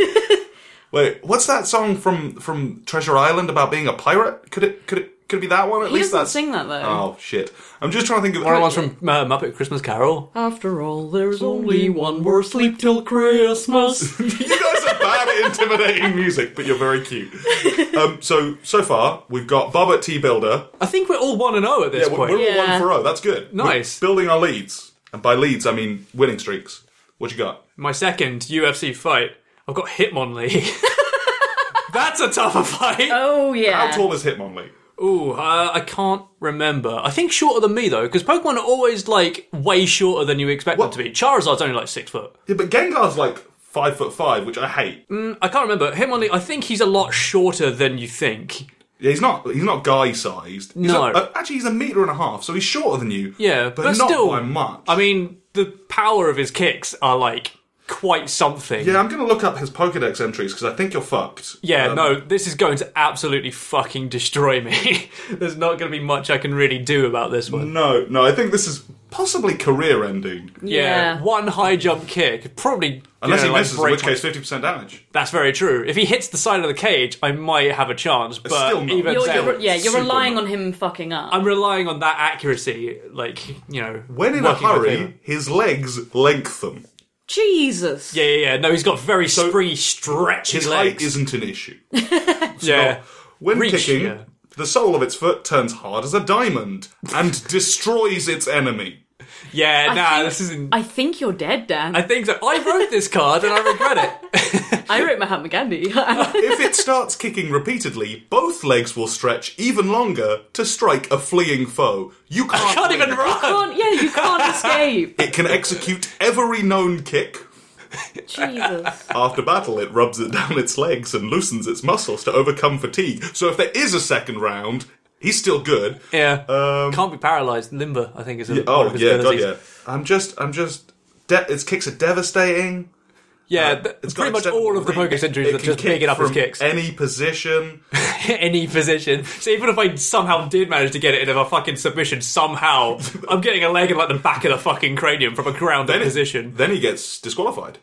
Speaker 1: Wait, what's that song from from Treasure Island about being a pirate? Could it could it could it be that one? At
Speaker 4: He
Speaker 1: least
Speaker 4: doesn't
Speaker 1: that's
Speaker 4: sing that though.
Speaker 1: oh shit. I'm just trying to think of
Speaker 2: One of the ones from uh, Muppet Christmas Carol.
Speaker 4: After all, there's only one more sleep till Christmas.
Speaker 1: you guys are bad at intimidating music, but you're very cute. Um, so so far we've got Bob at T Builder.
Speaker 2: I think we're all one and zero at this
Speaker 1: Yeah, we're,
Speaker 2: point.
Speaker 1: we're all one
Speaker 4: Yeah.
Speaker 1: for oh. That's good. We're
Speaker 2: Nice.
Speaker 1: building our leads, and by leads I mean winning streaks. What you got?
Speaker 2: My second UFC fight, I've got Hitmonlee. That's a tougher fight.
Speaker 1: Uh,
Speaker 4: oh yeah.
Speaker 1: How tall is Hitmonlee?
Speaker 2: Ooh, uh, I can't remember. I think shorter than me though, because Pokemon are always like way shorter than you expect
Speaker 1: What?
Speaker 2: them to be. Charizard's only like six foot.
Speaker 1: Yeah, but Gengar's like five foot five, which I hate.
Speaker 2: I can't remember. Hitmonlee, I think he's a lot shorter than you think.
Speaker 1: Yeah, he's not. He's not guy sized.
Speaker 2: No.
Speaker 1: actually, he's a meter and a half, so he's shorter than you.
Speaker 2: Yeah,
Speaker 1: but,
Speaker 2: but
Speaker 1: not
Speaker 2: still-
Speaker 1: by much.
Speaker 2: I mean, the power of his kicks are like quite something.
Speaker 1: Yeah, I'm going to look up his Pokedex entries because I think you're fucked.
Speaker 2: Yeah,
Speaker 1: Um,
Speaker 2: no, this is going to absolutely fucking destroy me. There's not going to be much I can really do about this one.
Speaker 1: No, no, I think this is possibly career ending.
Speaker 2: Yeah,
Speaker 4: Yeah.
Speaker 2: one high jump kick probably.
Speaker 1: Unless
Speaker 2: you
Speaker 1: he
Speaker 2: know, like,
Speaker 1: misses, in
Speaker 2: break
Speaker 1: which
Speaker 2: my-
Speaker 1: case 50% damage.
Speaker 2: that's very true. If he hits the side of the cage, I might have a chance. But
Speaker 1: still not.
Speaker 2: even
Speaker 4: You're,
Speaker 2: then,
Speaker 4: you're, yeah, you're
Speaker 1: Super
Speaker 4: relying
Speaker 1: nut.
Speaker 4: on him fucking up.
Speaker 2: I'm relying on that accuracy. Like you know,
Speaker 1: When in a
Speaker 2: working in my favour.
Speaker 1: hurry, his legs lengthen.
Speaker 4: Jesus.
Speaker 2: Yeah, yeah, yeah. No, he's got very springy, stretchy
Speaker 1: His height
Speaker 2: legs.
Speaker 1: isn't an issue.
Speaker 2: yeah,
Speaker 1: When
Speaker 2: Reach,
Speaker 1: kicking,
Speaker 2: yeah.
Speaker 1: the sole of its foot turns hard as a diamond and destroys its enemy.
Speaker 2: yeah.
Speaker 4: I
Speaker 2: Nah,
Speaker 4: think-
Speaker 2: this isn't.
Speaker 4: I think you're dead, Dan.
Speaker 2: I
Speaker 4: I,
Speaker 2: think so. I wrote this card and I regret it.
Speaker 4: wrote Mahatma Gandhi.
Speaker 1: If it starts kicking repeatedly, both legs will stretch even longer to strike a fleeing foe. You can't,
Speaker 2: I can't even
Speaker 1: win.
Speaker 2: run.
Speaker 4: Can't- yeah, you can't escape.
Speaker 1: It can execute every known kick.
Speaker 4: Jesus.
Speaker 1: After battle, it rubs it down its legs and loosens its muscles to overcome fatigue. So if there is a second round, he's still good.
Speaker 2: Yeah,
Speaker 1: Um,
Speaker 2: can't be paralyzed. Limber, I think is. A, one
Speaker 1: Oh
Speaker 2: of his
Speaker 1: yeah, god
Speaker 2: abilities.
Speaker 1: yeah. I'm just, I'm just. De- its kicks are devastating.
Speaker 2: Yeah,
Speaker 1: Uh,
Speaker 2: th-
Speaker 1: it's got
Speaker 2: pretty much
Speaker 1: extended
Speaker 2: all of the
Speaker 1: reach.
Speaker 2: focus injuries
Speaker 1: It
Speaker 2: are
Speaker 1: can
Speaker 2: just
Speaker 1: kick
Speaker 2: picking up his
Speaker 1: from
Speaker 2: kicks.
Speaker 1: Any position.
Speaker 2: Any position. So even if I somehow did manage to get it in a fucking submission, somehow I'm getting a leg in like the back of the fucking cranium from a ground up
Speaker 1: Then it-
Speaker 2: position.
Speaker 1: Then he gets disqualified.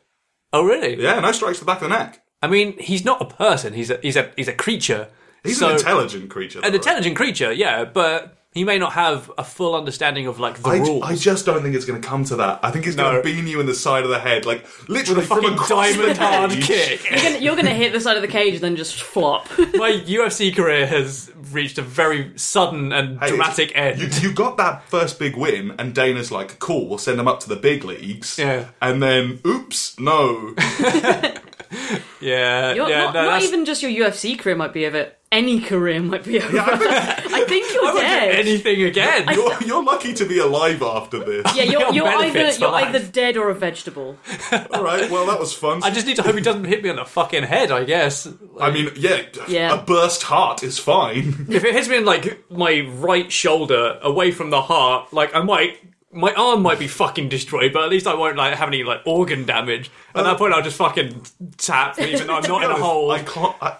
Speaker 2: oh really?
Speaker 1: Yeah, no strikes to the back of the neck.
Speaker 2: I mean, he's not a person. He's a he's a he's a creature.
Speaker 1: He's
Speaker 2: So-
Speaker 1: an intelligent creature.
Speaker 2: an
Speaker 1: though, right?
Speaker 2: intelligent creature. Yeah, but he may not have a full understanding of like the
Speaker 1: I,
Speaker 2: rules.
Speaker 1: I just don't think it's going to come to that. I think it's
Speaker 2: No.
Speaker 1: going to beam you in the side of the head, like literally
Speaker 2: a
Speaker 1: from
Speaker 2: fucking
Speaker 1: across the
Speaker 2: diamond hard
Speaker 1: cage.
Speaker 2: kick.
Speaker 4: You're gonna, you're gonna hit the side of the cage and then just flop.
Speaker 2: My UFC career has reached a very sudden and
Speaker 1: Hey,
Speaker 2: dramatic
Speaker 1: it's-
Speaker 2: end.
Speaker 1: You, you got that first big win, and Dana's like, "Cool, we'll send him up to the big leagues."
Speaker 2: Yeah.
Speaker 1: and then, oops, no.
Speaker 2: yeah,
Speaker 4: You're,
Speaker 2: yeah,
Speaker 4: not
Speaker 2: no,
Speaker 4: not
Speaker 2: that's-
Speaker 4: even just your UFC career might be over. Any career might be over.
Speaker 1: I
Speaker 4: I think you're
Speaker 2: I won't do
Speaker 4: dead.
Speaker 2: anything again.
Speaker 1: You're, you're lucky to be alive after this.
Speaker 4: yeah, you're,
Speaker 2: Your
Speaker 4: you're either
Speaker 2: benefits for
Speaker 4: you're
Speaker 2: life.
Speaker 4: either dead or a vegetable.
Speaker 1: All right, well, that was fun.
Speaker 2: I just need to hope he doesn't hit me on the fucking head. I guess
Speaker 1: I mean, yeah,
Speaker 4: Yeah.
Speaker 1: a burst heart is fine.
Speaker 2: if it hits me in like my right shoulder, away from the heart, like I might. My arm might be fucking destroyed, but at least I won't like have any like organ damage. At that point, I'll just fucking tap, even though I'm not in a hole.
Speaker 1: I can't. I,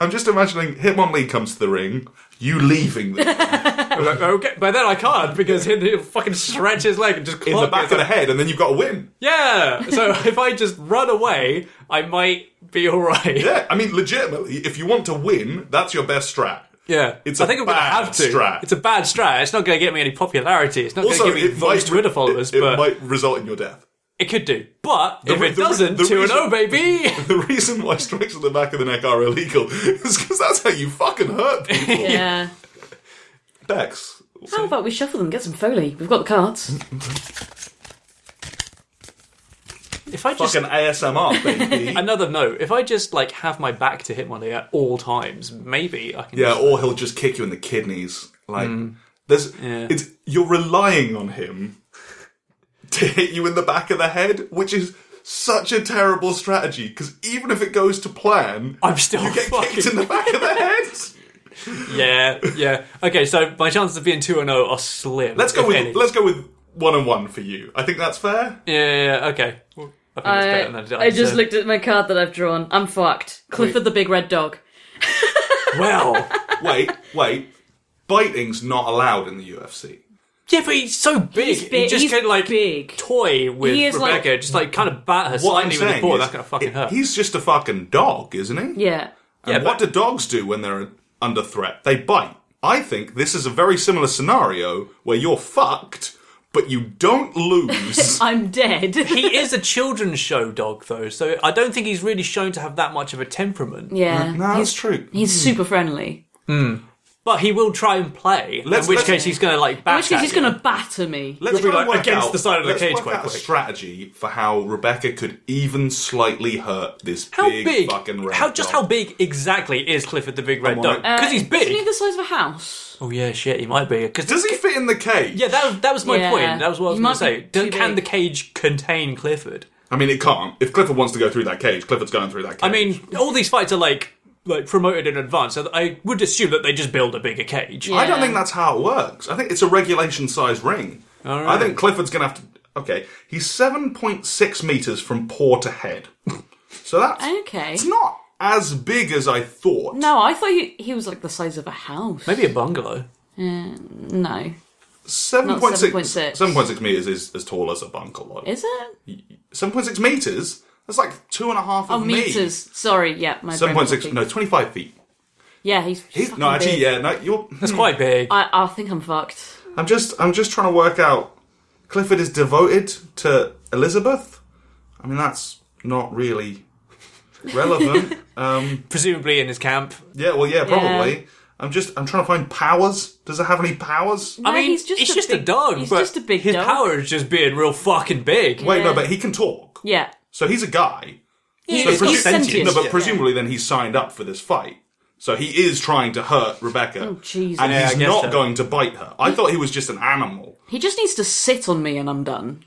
Speaker 1: I'm just imagining Hitmonlee comes to the ring, you leaving them
Speaker 2: Like, okay, but then I can't because he, he fucking stretch his leg and just
Speaker 1: in
Speaker 2: clog
Speaker 1: the back
Speaker 2: it.
Speaker 1: of the head, and then you've got a win.
Speaker 2: Yeah. So if I just run away, I might be all right. Yeah.
Speaker 1: Yeah, I mean, legitimately, if you want to win, that's your best strat. It's
Speaker 2: I
Speaker 1: a
Speaker 2: think I'm gonna
Speaker 1: bad
Speaker 2: have to.
Speaker 1: strat.
Speaker 2: It's a bad strat. It's not going to get me any popularity. It's not going to
Speaker 1: Also,
Speaker 2: get me
Speaker 1: it
Speaker 2: Vice
Speaker 1: might
Speaker 2: Twitter followers,
Speaker 1: it, it
Speaker 2: but
Speaker 1: might result in your death.
Speaker 2: it could do. But if
Speaker 1: re-
Speaker 2: it
Speaker 1: the re-
Speaker 2: doesn't,
Speaker 1: the
Speaker 2: two and
Speaker 1: reason-
Speaker 2: oh, baby.
Speaker 1: The reason why strikes at the back of the neck are illegal is because that's how you fucking hurt people.
Speaker 4: Yeah.
Speaker 1: Bex.
Speaker 4: How about we shuffle them, get some foley? We've got the cards.
Speaker 2: if I just
Speaker 1: Fucking ASMR, baby.
Speaker 2: another note, if I just like have my back to Hitmonlee at all times, maybe I can.
Speaker 1: yeah,
Speaker 2: just- Mm.
Speaker 1: or he'll just kick you in the kidneys. Like, there's, it's you're relying on him to hit you in the back of the head, which is such a terrible strategy. Because even if it goes to plan,
Speaker 2: I'm still
Speaker 1: you get
Speaker 2: fucking
Speaker 1: kicked in the back of the head.
Speaker 2: yeah, yeah. Okay, so my chances of being two and zero are slim.
Speaker 1: Let's go
Speaker 2: if
Speaker 1: with
Speaker 2: any.
Speaker 1: let's go with one and one for you. I think that's fair.
Speaker 2: Yeah, yeah, yeah, okay. I think that's better
Speaker 4: I,
Speaker 2: than uh, I,
Speaker 4: I just
Speaker 2: said.
Speaker 4: looked at my card that I've drawn. I'm fucked. Clifford the big red dog.
Speaker 2: Well,
Speaker 1: Wait, wait. Biting's not allowed in the UFC.
Speaker 2: yeah, but he's so big.
Speaker 4: He's big.
Speaker 2: He just
Speaker 4: he's
Speaker 2: can like
Speaker 4: big.
Speaker 2: toy with
Speaker 4: He is, like-
Speaker 2: Rebecca, just like kind of bat her
Speaker 1: What I'm
Speaker 2: slightly with the
Speaker 1: saying
Speaker 2: paw.
Speaker 1: is,
Speaker 2: That's gonna fucking
Speaker 1: it-
Speaker 2: hurt.
Speaker 1: he's just a fucking dog, isn't he?
Speaker 4: Yeah.
Speaker 1: and
Speaker 2: but-
Speaker 1: what do dogs do when they're under threat? They bite. I think this is a very similar scenario where you're fucked, but you don't lose.
Speaker 4: I'm dead.
Speaker 2: he is a children's show dog though, so I don't think he's really shown to have that much of a temperament.
Speaker 4: yeah.
Speaker 1: no, that's
Speaker 4: he's,
Speaker 1: true.
Speaker 4: he's super friendly.
Speaker 2: But he will try and play.
Speaker 1: Let's-
Speaker 2: in which
Speaker 1: let's-
Speaker 2: case he's gonna like bat
Speaker 4: In which case,
Speaker 2: at
Speaker 4: he's
Speaker 2: you.
Speaker 4: going to batter me.
Speaker 1: Let's
Speaker 2: You'll be
Speaker 1: try and
Speaker 2: like
Speaker 1: work
Speaker 2: against
Speaker 1: out-
Speaker 2: the side of the
Speaker 1: let's
Speaker 2: cage
Speaker 1: work
Speaker 2: quite
Speaker 1: out a
Speaker 2: quick.
Speaker 1: strategy for how Rebecca could even slightly hurt this
Speaker 2: How
Speaker 1: big,
Speaker 2: big?
Speaker 1: fucking red
Speaker 2: how just
Speaker 1: dog.
Speaker 2: how big exactly is Clifford the Big Red
Speaker 1: on.
Speaker 2: Dog? Because
Speaker 4: Uh,
Speaker 2: he's
Speaker 4: Isn't he
Speaker 2: big.
Speaker 4: the size of a house?
Speaker 2: Oh yeah, shit, he might be. Because
Speaker 1: does he fit in the cage?
Speaker 2: yeah, that, that was my
Speaker 4: Yeah.
Speaker 2: point. That was what I was going to
Speaker 4: He might
Speaker 2: say.
Speaker 4: be
Speaker 2: Do-
Speaker 4: too
Speaker 2: Can
Speaker 4: big.
Speaker 2: the cage contain Clifford?
Speaker 1: I mean, it can't. If Clifford wants to go through that cage, Clifford's going through that cage.
Speaker 2: I mean, all these fights are like like promoted in advance, so I would assume that they just build a bigger cage.
Speaker 1: I don't
Speaker 4: Yeah.
Speaker 1: think that's how it works. I think it's a regulation size ring. I think Clifford's going to have to. Okay, he's seven point six meters from paw to head. So that's
Speaker 4: Okay.
Speaker 1: It's not as big as I thought.
Speaker 4: No, I thought he, he was like the size of a house. Uh,
Speaker 2: Maybe a bungalow.
Speaker 4: No.
Speaker 1: Seven point six.
Speaker 4: 7.6.
Speaker 1: Seven point six meters is as tall as a bungalow.
Speaker 4: Is it?
Speaker 1: Seven point six meters. That's like two and a half
Speaker 4: Oh,
Speaker 1: of me.
Speaker 4: meters. Sorry, yeah. My
Speaker 1: Seven
Speaker 4: brain
Speaker 1: point six.
Speaker 4: fatigue.
Speaker 1: No, twenty five feet.
Speaker 4: Yeah, he's.
Speaker 1: He-
Speaker 4: fucking
Speaker 1: no, actually,
Speaker 4: big.
Speaker 1: yeah. No, you're.
Speaker 2: That's
Speaker 4: Hmm.
Speaker 2: quite big.
Speaker 4: I, I think I'm fucked.
Speaker 1: I'm just. I'm just trying to work out. Clifford is devoted to Elizabeth. I mean, that's not really relevant.
Speaker 2: Presumably in his camp.
Speaker 1: yeah. Well, yeah, probably.
Speaker 4: Yeah.
Speaker 1: I'm just. I'm trying to find powers. Does it have any powers?
Speaker 4: No,
Speaker 2: I mean,
Speaker 4: Uh, he's just
Speaker 2: it's
Speaker 4: a
Speaker 2: just a
Speaker 4: big-
Speaker 2: dog.
Speaker 4: he's
Speaker 2: but
Speaker 4: just a big
Speaker 2: His
Speaker 4: dog.
Speaker 2: power is just being real fucking big.
Speaker 1: Wait, no.
Speaker 4: Yeah.
Speaker 1: But he can talk.
Speaker 4: Yeah.
Speaker 1: So he's a guy.
Speaker 4: He
Speaker 2: So
Speaker 4: is.
Speaker 2: pretty
Speaker 4: He's
Speaker 2: sentient.
Speaker 4: sentient.
Speaker 1: No, but
Speaker 2: Yeah.
Speaker 1: presumably then he's signed up for this fight. So he is trying to hurt Rebecca.
Speaker 4: Oh, Jesus.
Speaker 1: And
Speaker 4: Yeah,
Speaker 2: I
Speaker 1: he's
Speaker 2: guess
Speaker 1: not
Speaker 2: so.
Speaker 1: going to bite her. I thought he was just an animal.
Speaker 4: He just needs to sit on me and I'm done.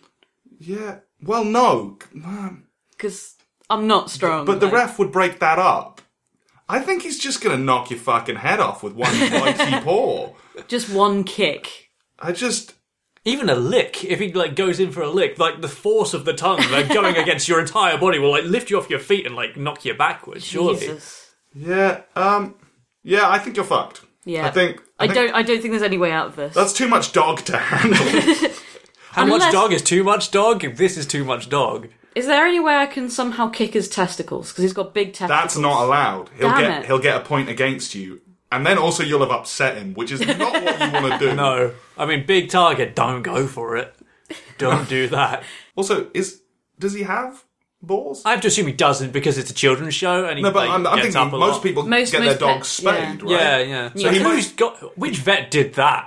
Speaker 1: Yeah. Well, no. Um,
Speaker 4: Because I'm not strong.
Speaker 1: But the
Speaker 4: like-
Speaker 1: ref would break that up. I think he's just going to knock your fucking head off with one mighty paw.
Speaker 4: Just one kick.
Speaker 1: I just.
Speaker 2: Even a lick, if he like goes in for a lick, like the force of the tongue like going against your entire body will like lift you off your feet and like knock you backwards. Surely,
Speaker 4: Jesus.
Speaker 1: Yeah. Um. Yeah, I think you're fucked.
Speaker 4: Yeah.
Speaker 1: I think.
Speaker 4: I
Speaker 1: think
Speaker 4: don't. I don't think there's any way out of this.
Speaker 1: That's too much dog to handle.
Speaker 2: how much
Speaker 4: Unless-
Speaker 2: dog is too much dog? If this is too much dog,
Speaker 4: Is there any way I can somehow kick his testicles? Because he's got big testicles.
Speaker 1: That's not allowed. He'll
Speaker 4: Damn
Speaker 1: get
Speaker 4: it.
Speaker 1: he'll get a point against you, and then also you'll have upset him, which is not what you want to do.
Speaker 2: no. I mean, big target. Don't go for it. Don't do that.
Speaker 1: Also, is does he have balls?
Speaker 2: I have to assume he doesn't because it's a children's show and he
Speaker 1: no, but
Speaker 2: like,
Speaker 1: I'm, I'm
Speaker 2: gets
Speaker 1: thinking
Speaker 2: up a
Speaker 1: most
Speaker 2: lot.
Speaker 1: people
Speaker 4: Most-
Speaker 1: get
Speaker 4: most
Speaker 1: their dogs
Speaker 4: pets,
Speaker 1: spayed, right?
Speaker 2: Yeah, yeah. So
Speaker 1: he
Speaker 2: he
Speaker 1: might-
Speaker 2: who's got which vet did that?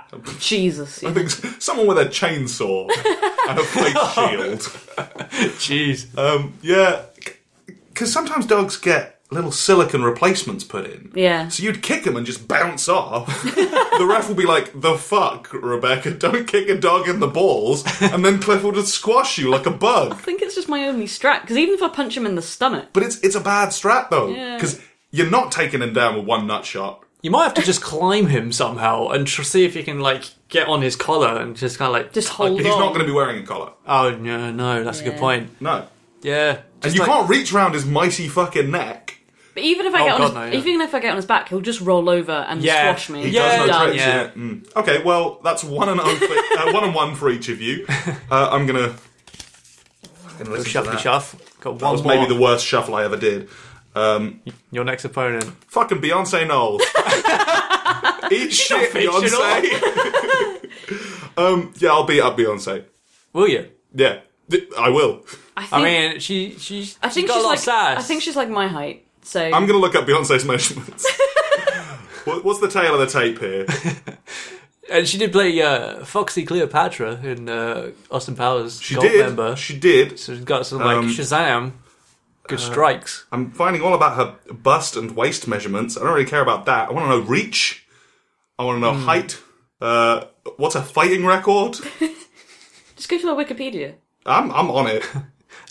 Speaker 4: Jesus. yeah.
Speaker 1: I think s- someone with a chainsaw and a plate shield.
Speaker 2: Jeez.
Speaker 1: Um, yeah, because sometimes dogs get little silicon replacements put in.
Speaker 4: Yeah.
Speaker 1: So you'd kick him and just bounce off. the ref will be like, "The fuck, Rebecca! Don't kick a dog in the balls!" And then Cliff will just squash you like a bug.
Speaker 4: I think it's just my only strat. Because even if I punch him in the stomach,
Speaker 1: But it's it's a bad strat though,
Speaker 4: Yeah.
Speaker 1: because you're not taking him down with one nut shot.
Speaker 2: You might have to just climb him somehow and tr- see if you can like get on his collar and just kind of like
Speaker 4: just hold
Speaker 1: He's
Speaker 4: on.
Speaker 1: not going to be wearing a collar.
Speaker 2: Oh no, no, that's a good
Speaker 4: Yeah.
Speaker 2: point.
Speaker 1: No.
Speaker 2: Yeah,
Speaker 1: And
Speaker 2: Just
Speaker 1: you
Speaker 2: like-
Speaker 1: can't reach round his mighty fucking neck.
Speaker 4: But even if I get
Speaker 2: Oh,
Speaker 4: on
Speaker 2: God,
Speaker 4: his,
Speaker 2: no, yeah.
Speaker 4: even if I get on his back, he'll just roll over and
Speaker 2: Yeah,
Speaker 4: squash me.
Speaker 2: he
Speaker 1: Does
Speaker 2: Yeah,
Speaker 1: no
Speaker 2: done,
Speaker 1: tricks,
Speaker 2: yeah.
Speaker 1: yeah. Mm. Okay, well that's one and un- uh, one and one for each of you. Uh, I'm gonna. fucking listen to
Speaker 2: Shuffly
Speaker 1: that.
Speaker 2: shuff. Got
Speaker 1: That
Speaker 2: one
Speaker 1: was
Speaker 2: more.
Speaker 1: maybe the worst shuffle I ever did. Um,
Speaker 2: Your next opponent.
Speaker 1: Fucking Beyonce Knowles. Eat shit,
Speaker 2: not fictional.
Speaker 1: Beyonce. um, yeah, I'll beat up Beyonce.
Speaker 2: Will you?
Speaker 1: Yeah, Th- I will.
Speaker 4: I think,
Speaker 2: I mean, she she's.
Speaker 4: I think
Speaker 2: got
Speaker 4: she's
Speaker 2: a lot
Speaker 4: like.
Speaker 2: of sass.
Speaker 4: I think she's like my height. So
Speaker 1: I'm gonna look up Beyonce's measurements. What- What's the tail of the tape here?
Speaker 2: and she did play uh, Foxy Cleopatra in uh, Austin Powers.
Speaker 1: She did.
Speaker 2: Member.
Speaker 1: She did.
Speaker 2: So she's got some like
Speaker 1: Um, uh,
Speaker 2: Shazam, good strikes.
Speaker 1: I'm finding all about her bust and waist measurements. I don't really care about that. I want to know reach. I want to
Speaker 2: Hmm.
Speaker 1: know height. Uh, what's her fighting record?
Speaker 4: just go to her Wikipedia.
Speaker 1: I'm I'm on it.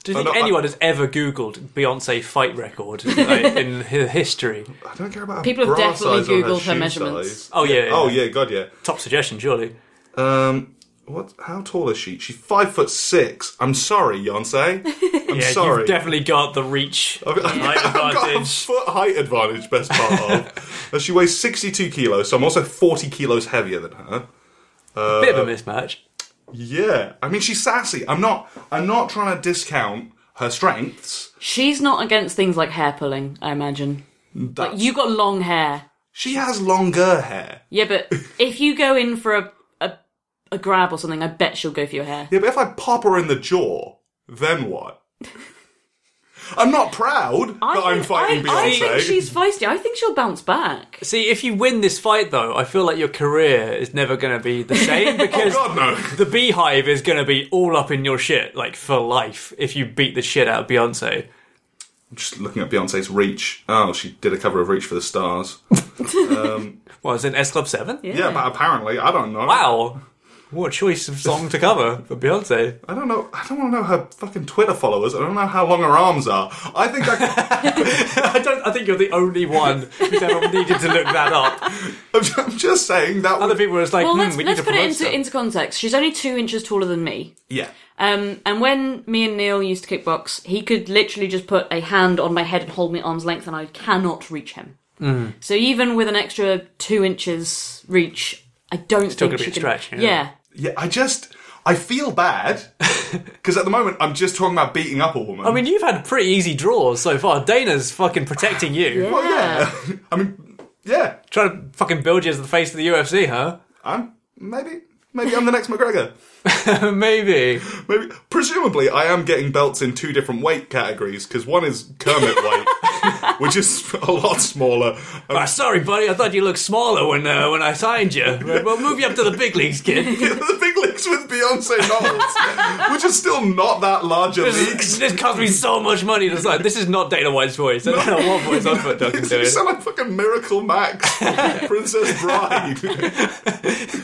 Speaker 2: Do you think
Speaker 1: no, I-
Speaker 2: anyone has ever Googled Beyonce fight record like, in her history?
Speaker 1: I don't care about her
Speaker 4: People have
Speaker 1: bra
Speaker 4: definitely
Speaker 1: size or
Speaker 4: Googled her
Speaker 1: shoe
Speaker 4: measurements.
Speaker 1: size.
Speaker 2: Oh yeah.
Speaker 1: Oh yeah, god yeah.
Speaker 2: Top suggestion, surely.
Speaker 1: Um, what? How tall is she? She's five foot six. I'm sorry, Yonsei. I'm
Speaker 2: Yeah,
Speaker 1: sorry.
Speaker 2: you've definitely got the reach. height
Speaker 1: I've got a
Speaker 2: advantage.
Speaker 1: foot height advantage, best part of. Uh, she weighs 62 kilos, so I'm also 40 kilos heavier than her.
Speaker 2: Bit of a mismatch.
Speaker 1: Yeah, I mean she's sassy. I'm not. I'm not trying to discount her strengths.
Speaker 4: She's not against things like hair pulling. I imagine. Like
Speaker 1: That's-
Speaker 4: you got long hair.
Speaker 1: She has longer hair.
Speaker 4: Yeah, but if you go in for a, a a grab or something, I bet she'll go for your hair.
Speaker 1: Yeah, but if I pop her in the jaw, then what? I'm not proud that I'm fighting
Speaker 4: I, I
Speaker 1: Beyonce.
Speaker 4: think she's feisty. I think she'll bounce back.
Speaker 2: See, if you win this fight, though, I feel like your career is never going to be the
Speaker 4: Oh,
Speaker 2: same because
Speaker 1: God no.
Speaker 2: the Beehive is going to be all up in your shit, like for life, if you beat the shit out of Beyonce.
Speaker 1: Just looking at Beyonce's Reach. Oh, she did a cover of Reach for the Stars.
Speaker 2: Well, it's in S Club Seven.
Speaker 1: Yeah, but apparently, I don't know.
Speaker 2: Wow. What a choice of song to cover for Beyonce.
Speaker 1: I don't know. I don't want to know her fucking Twitter followers. I don't know how long her arms are. I think I,
Speaker 2: I don't. I think you're the only one who's ever needed to look that up.
Speaker 1: I'm, ju- I'm just saying that.
Speaker 2: Other
Speaker 1: would-
Speaker 2: people are just like,
Speaker 4: Well,
Speaker 2: hmm,
Speaker 4: let's,
Speaker 2: we
Speaker 4: let's
Speaker 2: need to
Speaker 4: put it
Speaker 2: promote
Speaker 4: into,
Speaker 2: stuff.
Speaker 4: into context. She's only two inches taller than me.
Speaker 1: yeah.
Speaker 4: Um, and when me and Neil used to kickbox, he could literally just put a hand on my head and hold me at arm's length, and I cannot reach him.
Speaker 2: Mm.
Speaker 4: So even with an extra two inches reach, I don't
Speaker 2: Still gonna
Speaker 4: think
Speaker 2: be
Speaker 4: she
Speaker 2: a
Speaker 4: can.
Speaker 2: stretch, yeah.
Speaker 4: yeah,
Speaker 1: Yeah, I just I feel bad because at the moment I'm just talking about beating up a woman.
Speaker 2: I mean, you've had pretty easy draws so far. Dana's fucking protecting you.
Speaker 1: well, yeah. I mean, yeah.
Speaker 2: Trying to fucking build you as the face of the UFC, huh?
Speaker 1: I'm maybe maybe I'm the next McGregor.
Speaker 2: Maybe.
Speaker 1: Maybe presumably I am getting belts in two different weight categories because one is Kermit weight, which is a lot smaller. And
Speaker 2: Ah, sorry, buddy. I thought you looked smaller when uh, when I signed you. Well, move you up to the big leagues, kid.
Speaker 1: the big leagues with Beyonce novels, which is still not that large a league.
Speaker 2: This, this cost me so much money to sign. This is not Dana White's voice. I don't know what voice I'm fucking
Speaker 1: You
Speaker 2: doing.
Speaker 1: sound like fucking Miracle Max, Princess Bride.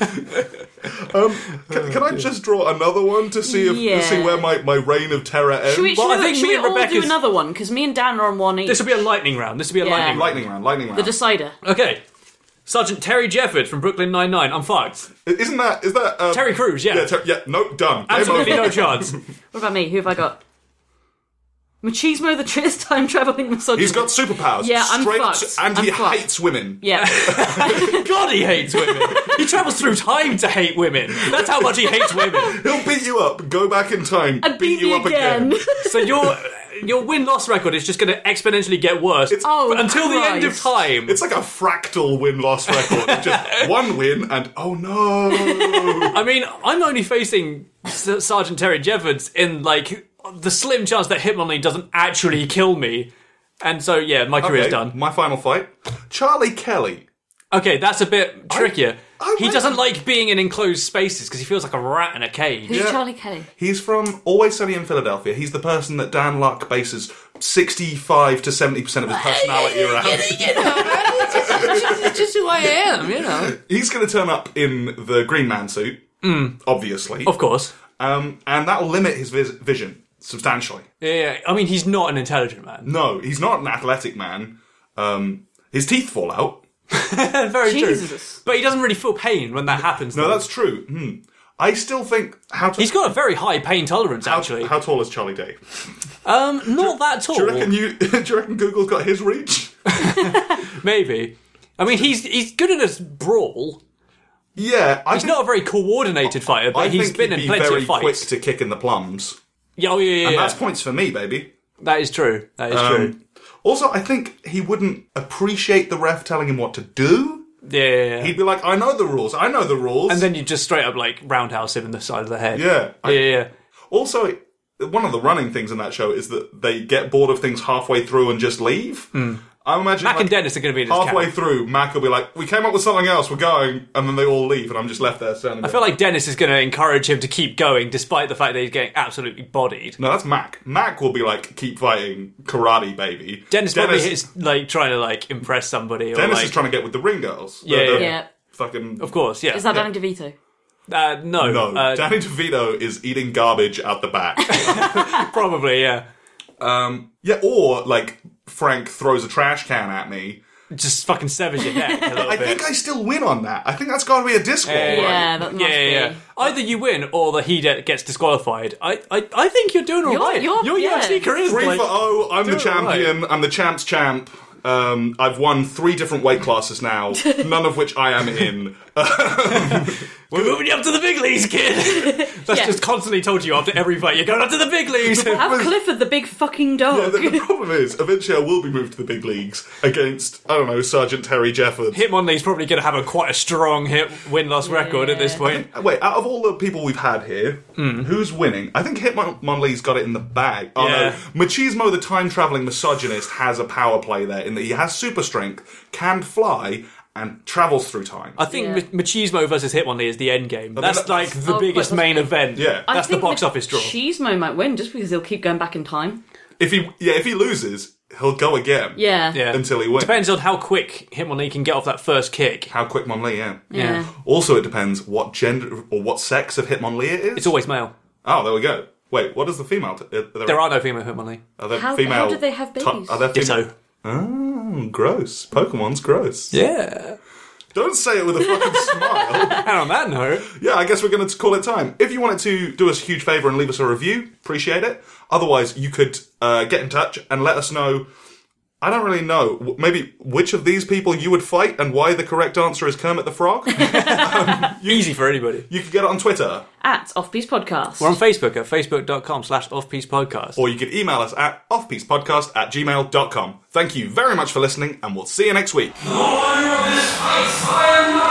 Speaker 1: um, can, can I just draw another one to see if
Speaker 4: Yeah.
Speaker 1: to see where my, my reign of terror ends?
Speaker 4: Should we,
Speaker 2: Well,
Speaker 4: should
Speaker 2: I
Speaker 4: we-
Speaker 2: think
Speaker 4: should
Speaker 2: me
Speaker 4: we
Speaker 2: and
Speaker 4: all do
Speaker 2: Rebecca's-
Speaker 4: another one? Because me and Dan are on one each.
Speaker 2: This will be a lightning round. This will be a
Speaker 4: Yeah.
Speaker 2: lightning round.
Speaker 1: lightning round, lightning round.
Speaker 4: the decider.
Speaker 2: Okay. Sergeant Terry Jefford from Brooklyn Nine-Nine. I'm fucked.
Speaker 1: Isn't that is that uh,
Speaker 2: Terry Crews, yeah.
Speaker 1: Yeah, ter- yeah, no, done. Game
Speaker 2: Absolutely
Speaker 1: over.
Speaker 2: no chance.
Speaker 4: What about me? Who have I got? Machismo, the tris time traveling misogynist.
Speaker 1: He's got superpowers.
Speaker 4: Yeah, I'm
Speaker 1: straight up
Speaker 4: fucked.
Speaker 1: to- and
Speaker 4: I'm
Speaker 1: he
Speaker 4: fucked.
Speaker 1: hates women.
Speaker 4: Yeah.
Speaker 2: God, he hates women. He travels through time to hate women. That's how much he hates women.
Speaker 1: He'll beat you up, go back in time,
Speaker 4: I beat
Speaker 1: you
Speaker 4: you
Speaker 1: up again.
Speaker 4: again.
Speaker 2: So your your win loss record is just going to exponentially get worse
Speaker 4: Oh,
Speaker 2: until the end of
Speaker 4: Christ.
Speaker 2: time.
Speaker 1: It's like a fractal win loss record. Just one win and oh no.
Speaker 2: I mean, I'm only facing S- Sergeant Terry Jeffords in like the slim chance that Hitmonlee doesn't actually kill me. And so yeah, my career's
Speaker 1: Okay,
Speaker 2: done.
Speaker 1: My final fight. Charlie Kelly.
Speaker 2: Okay, that's a bit trickier.
Speaker 1: I
Speaker 2: he
Speaker 1: went-
Speaker 2: doesn't like being in enclosed spaces because he feels like a rat in a cage.
Speaker 4: Who's
Speaker 1: Yeah.
Speaker 4: Charlie Kelly?
Speaker 1: He's from Always Sunny in Philadelphia. He's the person that Dan Luck bases 65 to 70% of his personality around.
Speaker 4: That's just who I am, you know.
Speaker 1: He's going to turn up in the Green Man suit, obviously,
Speaker 2: Mm. Of course.
Speaker 1: um, and that'll limit his vis- vision substantially.
Speaker 2: Yeah, yeah, I mean, he's not an intelligent man.
Speaker 1: No, he's not an athletic man. Um, his teeth fall out.
Speaker 2: Very
Speaker 4: Jesus.
Speaker 2: true. But he doesn't really feel pain when that happens.
Speaker 1: No,
Speaker 2: though.
Speaker 1: that's true. Hmm. I still think how t-
Speaker 2: He's got a very high pain tolerance,
Speaker 1: how,
Speaker 2: actually.
Speaker 1: how tall is Charlie Day?
Speaker 2: um, not that tall.
Speaker 1: Do you reckon you? Do you reckon Google's got his reach?
Speaker 2: Maybe. I mean, he's he's good at a brawl.
Speaker 1: Yeah, I
Speaker 2: He's not a very coordinated fighter,
Speaker 1: I
Speaker 2: but he's
Speaker 1: think
Speaker 2: been
Speaker 1: he'd
Speaker 2: in
Speaker 1: be
Speaker 2: plenty
Speaker 1: very
Speaker 2: of fights.
Speaker 1: quick to kick in the plums.
Speaker 2: Yeah, oh, yeah, yeah.
Speaker 1: And
Speaker 2: yeah.
Speaker 1: that's points for me, baby.
Speaker 2: That is true. That is true.
Speaker 1: Um, also, I think he wouldn't appreciate the ref telling him what to do.
Speaker 2: Yeah, yeah, yeah.
Speaker 1: He'd be like, "I know the rules. I know the rules."
Speaker 2: and then you just straight up like roundhouse him in the side of the head.
Speaker 1: yeah. I-
Speaker 2: yeah, yeah.
Speaker 1: Also, one of the running things in that show is that they get bored of things halfway through and just leave. I'm imagining
Speaker 2: Hmm. Mac
Speaker 1: like,
Speaker 2: and Dennis are going to be in his
Speaker 1: halfway
Speaker 2: camp.
Speaker 1: through, Mac will be like, "We came up with something else. We're going," and then they all leave, and I'm just left there standing.
Speaker 2: I feel like Dennis is going to encourage him to keep going, despite the fact that he's getting absolutely bodied.
Speaker 1: no, that's Mac. Mac will be like, "Keep fighting, karate, baby." Dennis,
Speaker 2: Dennis, probably is like trying to like impress somebody. Or,
Speaker 1: Dennis
Speaker 2: like,
Speaker 1: is trying to get with the ring girls. The-
Speaker 2: Yeah,
Speaker 1: the
Speaker 2: yeah.
Speaker 4: Yeah.
Speaker 1: Fucking
Speaker 2: Of course, yeah.
Speaker 4: Is that Danny DeVito?
Speaker 2: uh, no,
Speaker 1: No,
Speaker 2: uh,
Speaker 1: Danny DeVito is eating garbage out the back.
Speaker 2: probably yeah.
Speaker 1: um, yeah, or like Frank throws a trash can at me.
Speaker 2: Just fucking severs your neck. A little
Speaker 1: I
Speaker 2: bit.
Speaker 1: think I still win on that. I think that's got to be a disc ball, right?
Speaker 4: Yeah, that must
Speaker 2: yeah, yeah, yeah.
Speaker 4: be.
Speaker 2: Either you win or the he de- gets disqualified. I, I, I think you're doing all
Speaker 4: You're-
Speaker 2: right.
Speaker 4: you're-
Speaker 2: Your
Speaker 4: yeah.
Speaker 2: UFC career is
Speaker 1: Three
Speaker 2: like,
Speaker 1: for O. I'm the
Speaker 2: doing all right.
Speaker 1: champion. I'm the champ's champ. Um, I've won three different weight classes now, none of which I am in. Uh,
Speaker 2: We're moving you up to the big leagues, kid. That's
Speaker 4: Yeah.
Speaker 2: just constantly told you after every fight. You're going up to the big leagues.
Speaker 4: Have Clifford the big fucking dog.
Speaker 1: the, the problem is, eventually I will be moved to the big leagues against, I don't know, Sergeant Terry Jeffords.
Speaker 2: Hitmonlee's probably going to have a quite a strong hit win loss record at this
Speaker 4: Yeah.
Speaker 2: point.
Speaker 1: Wait, out of all the people we've had here,
Speaker 2: Hmm.
Speaker 1: who's winning? I think Hitmon Lee's got it in the bag. Oh
Speaker 2: Yeah.
Speaker 1: no, Machismo, the time traveling misogynist, has a power play there in that he has super strength, can fly, and travels through time.
Speaker 2: I think
Speaker 4: Yeah.
Speaker 2: Ma- Machismo versus Hitmonlee is the end game. That's
Speaker 1: that-
Speaker 2: like the
Speaker 4: Oh,
Speaker 2: biggest
Speaker 4: quite
Speaker 2: main event.
Speaker 1: Yeah. I
Speaker 2: that's the box office draw.
Speaker 4: Cheesemo might win just because he'll keep going back in time.
Speaker 1: if he, yeah, if he loses, he'll go again.
Speaker 4: Yeah.
Speaker 2: Yeah.
Speaker 1: Until he wins.
Speaker 2: Depends on how quick Hitmonlee can get off that first kick.
Speaker 1: How quick Mon Lee, yeah.
Speaker 4: Yeah.
Speaker 1: Also, it depends what gender or what sex of Hitmonlee it is.
Speaker 2: It's always male.
Speaker 1: oh, there we go. Wait, what is the female? T- are there,
Speaker 2: There are no female Hitmonlee.
Speaker 1: are there
Speaker 4: How-
Speaker 1: female?
Speaker 4: how do they have babies?
Speaker 1: are there fem-
Speaker 2: Ditto.
Speaker 1: Oh, gross. Pokemon's gross.
Speaker 2: Yeah.
Speaker 1: Don't say it with a fucking smile.
Speaker 2: And on that note,
Speaker 1: Yeah, I guess we're going to call it time. If you wanted to do us a huge favour and leave us a review, appreciate it. Otherwise, you could uh, get in touch and let us know. I don't really know. w- Maybe which of these people you would fight and why the correct answer is Kermit the Frog.
Speaker 2: easy for anybody.
Speaker 1: you could get it on Twitter,
Speaker 4: At Offbeat Podcast.
Speaker 2: We're on Facebook at facebook.com slash offpiece podcast.
Speaker 1: or you could email us at offbeatspodcast at gmail.com. Thank you very much for listening, and we'll see you next week.
Speaker 3: No wonder this takes fire now.